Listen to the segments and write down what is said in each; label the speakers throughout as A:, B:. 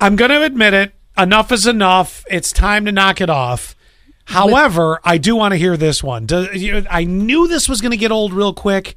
A: I'm going to admit it. Enough is enough. It's time to knock it off. However, I do want to hear this one. Do, you, I knew this was going to get old real quick,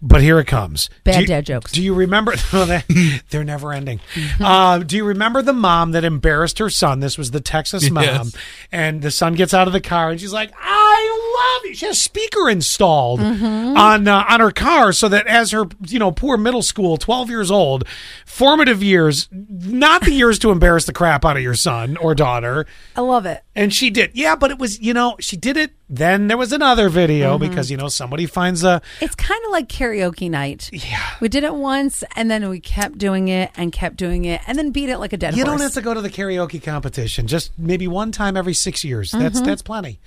A: but here it comes.
B: Bad
A: Do you-
B: dad jokes.
A: Do you remember? No, they, they're never ending. Uh, do you remember the mom that embarrassed her son? This was the Texas mom,
C: Yes.
A: and the son gets out of the car, and she's like, "I love you." She has speaker installed on uh, on her car, so that as her you know poor middle school, twelve years old, formative years, not the years to embarrass the crap out of your son or daughter.
B: I love it.
A: And she did. Yeah, but it was, you know, she did it. Then there was another video because, you know, somebody finds a.
B: It's kind of like karaoke night.
A: Yeah.
B: We did it once and then we kept doing it and kept doing it and then beat it like a dead
A: You
B: horse.
A: don't have to go to the karaoke competition. Just maybe one time every six years. That's
B: Mm-hmm.
A: that's plenty.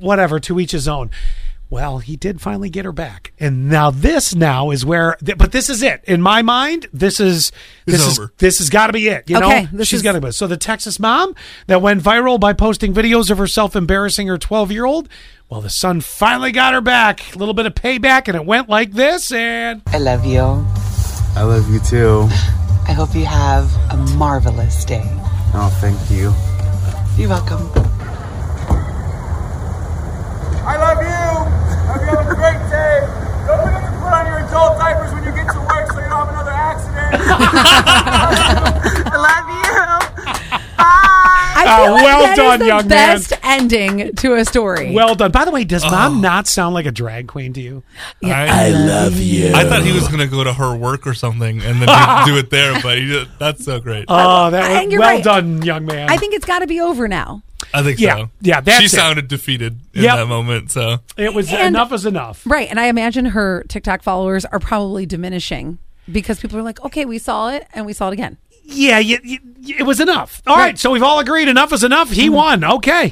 A: Whatever. To each his own. Well, he did finally get her back, and now this now is where. th- But this is it in my mind. This is
C: It's
A: this is
C: over.
A: this has got to be it. You
B: Okay,
A: know,
B: this
A: she's
B: is-
A: got to be. it. So the Texas mom that went viral by posting videos of herself embarrassing her 12 year old. Well, the son finally got her back. A little bit of payback, and it went like this. And
D: I love you.
E: I love you too.
D: I hope you have a marvelous day.
E: Oh, thank you.
D: You're welcome.
F: I love you. Hope you have a great day. Don't forget to put on your adult diapers when you get to work so you don't have another accident.
D: I love you. Bye.
B: I
A: Ah,
B: feel like
A: well
B: that is
A: done,
B: the
A: young man.
B: best ending to a story.
A: well done. By the way, does
C: Oh.
A: mom not sound like a drag queen to you?
C: I, love you. I thought he was going to go to her work or something and then do, do it there, but he, just- that's so great.
A: Oh, that
B: And
A: was
B: you're
A: well
B: right.
A: done, young man.
B: I think it's got to be over now.
C: I think
A: yeah,
C: so.
A: yeah, that's
C: she
A: it.
C: sounded defeated in
A: Yep.
C: that moment. So
A: it was
B: And-
A: enough is enough.
B: Right. And I imagine her TikTok followers are probably diminishing because people are like, okay, we saw it and we saw it again.
A: Yeah, y y- it was enough. All right.
B: Right.
A: Mm-hmm. so we've all agreed enough is enough. He won. Okay.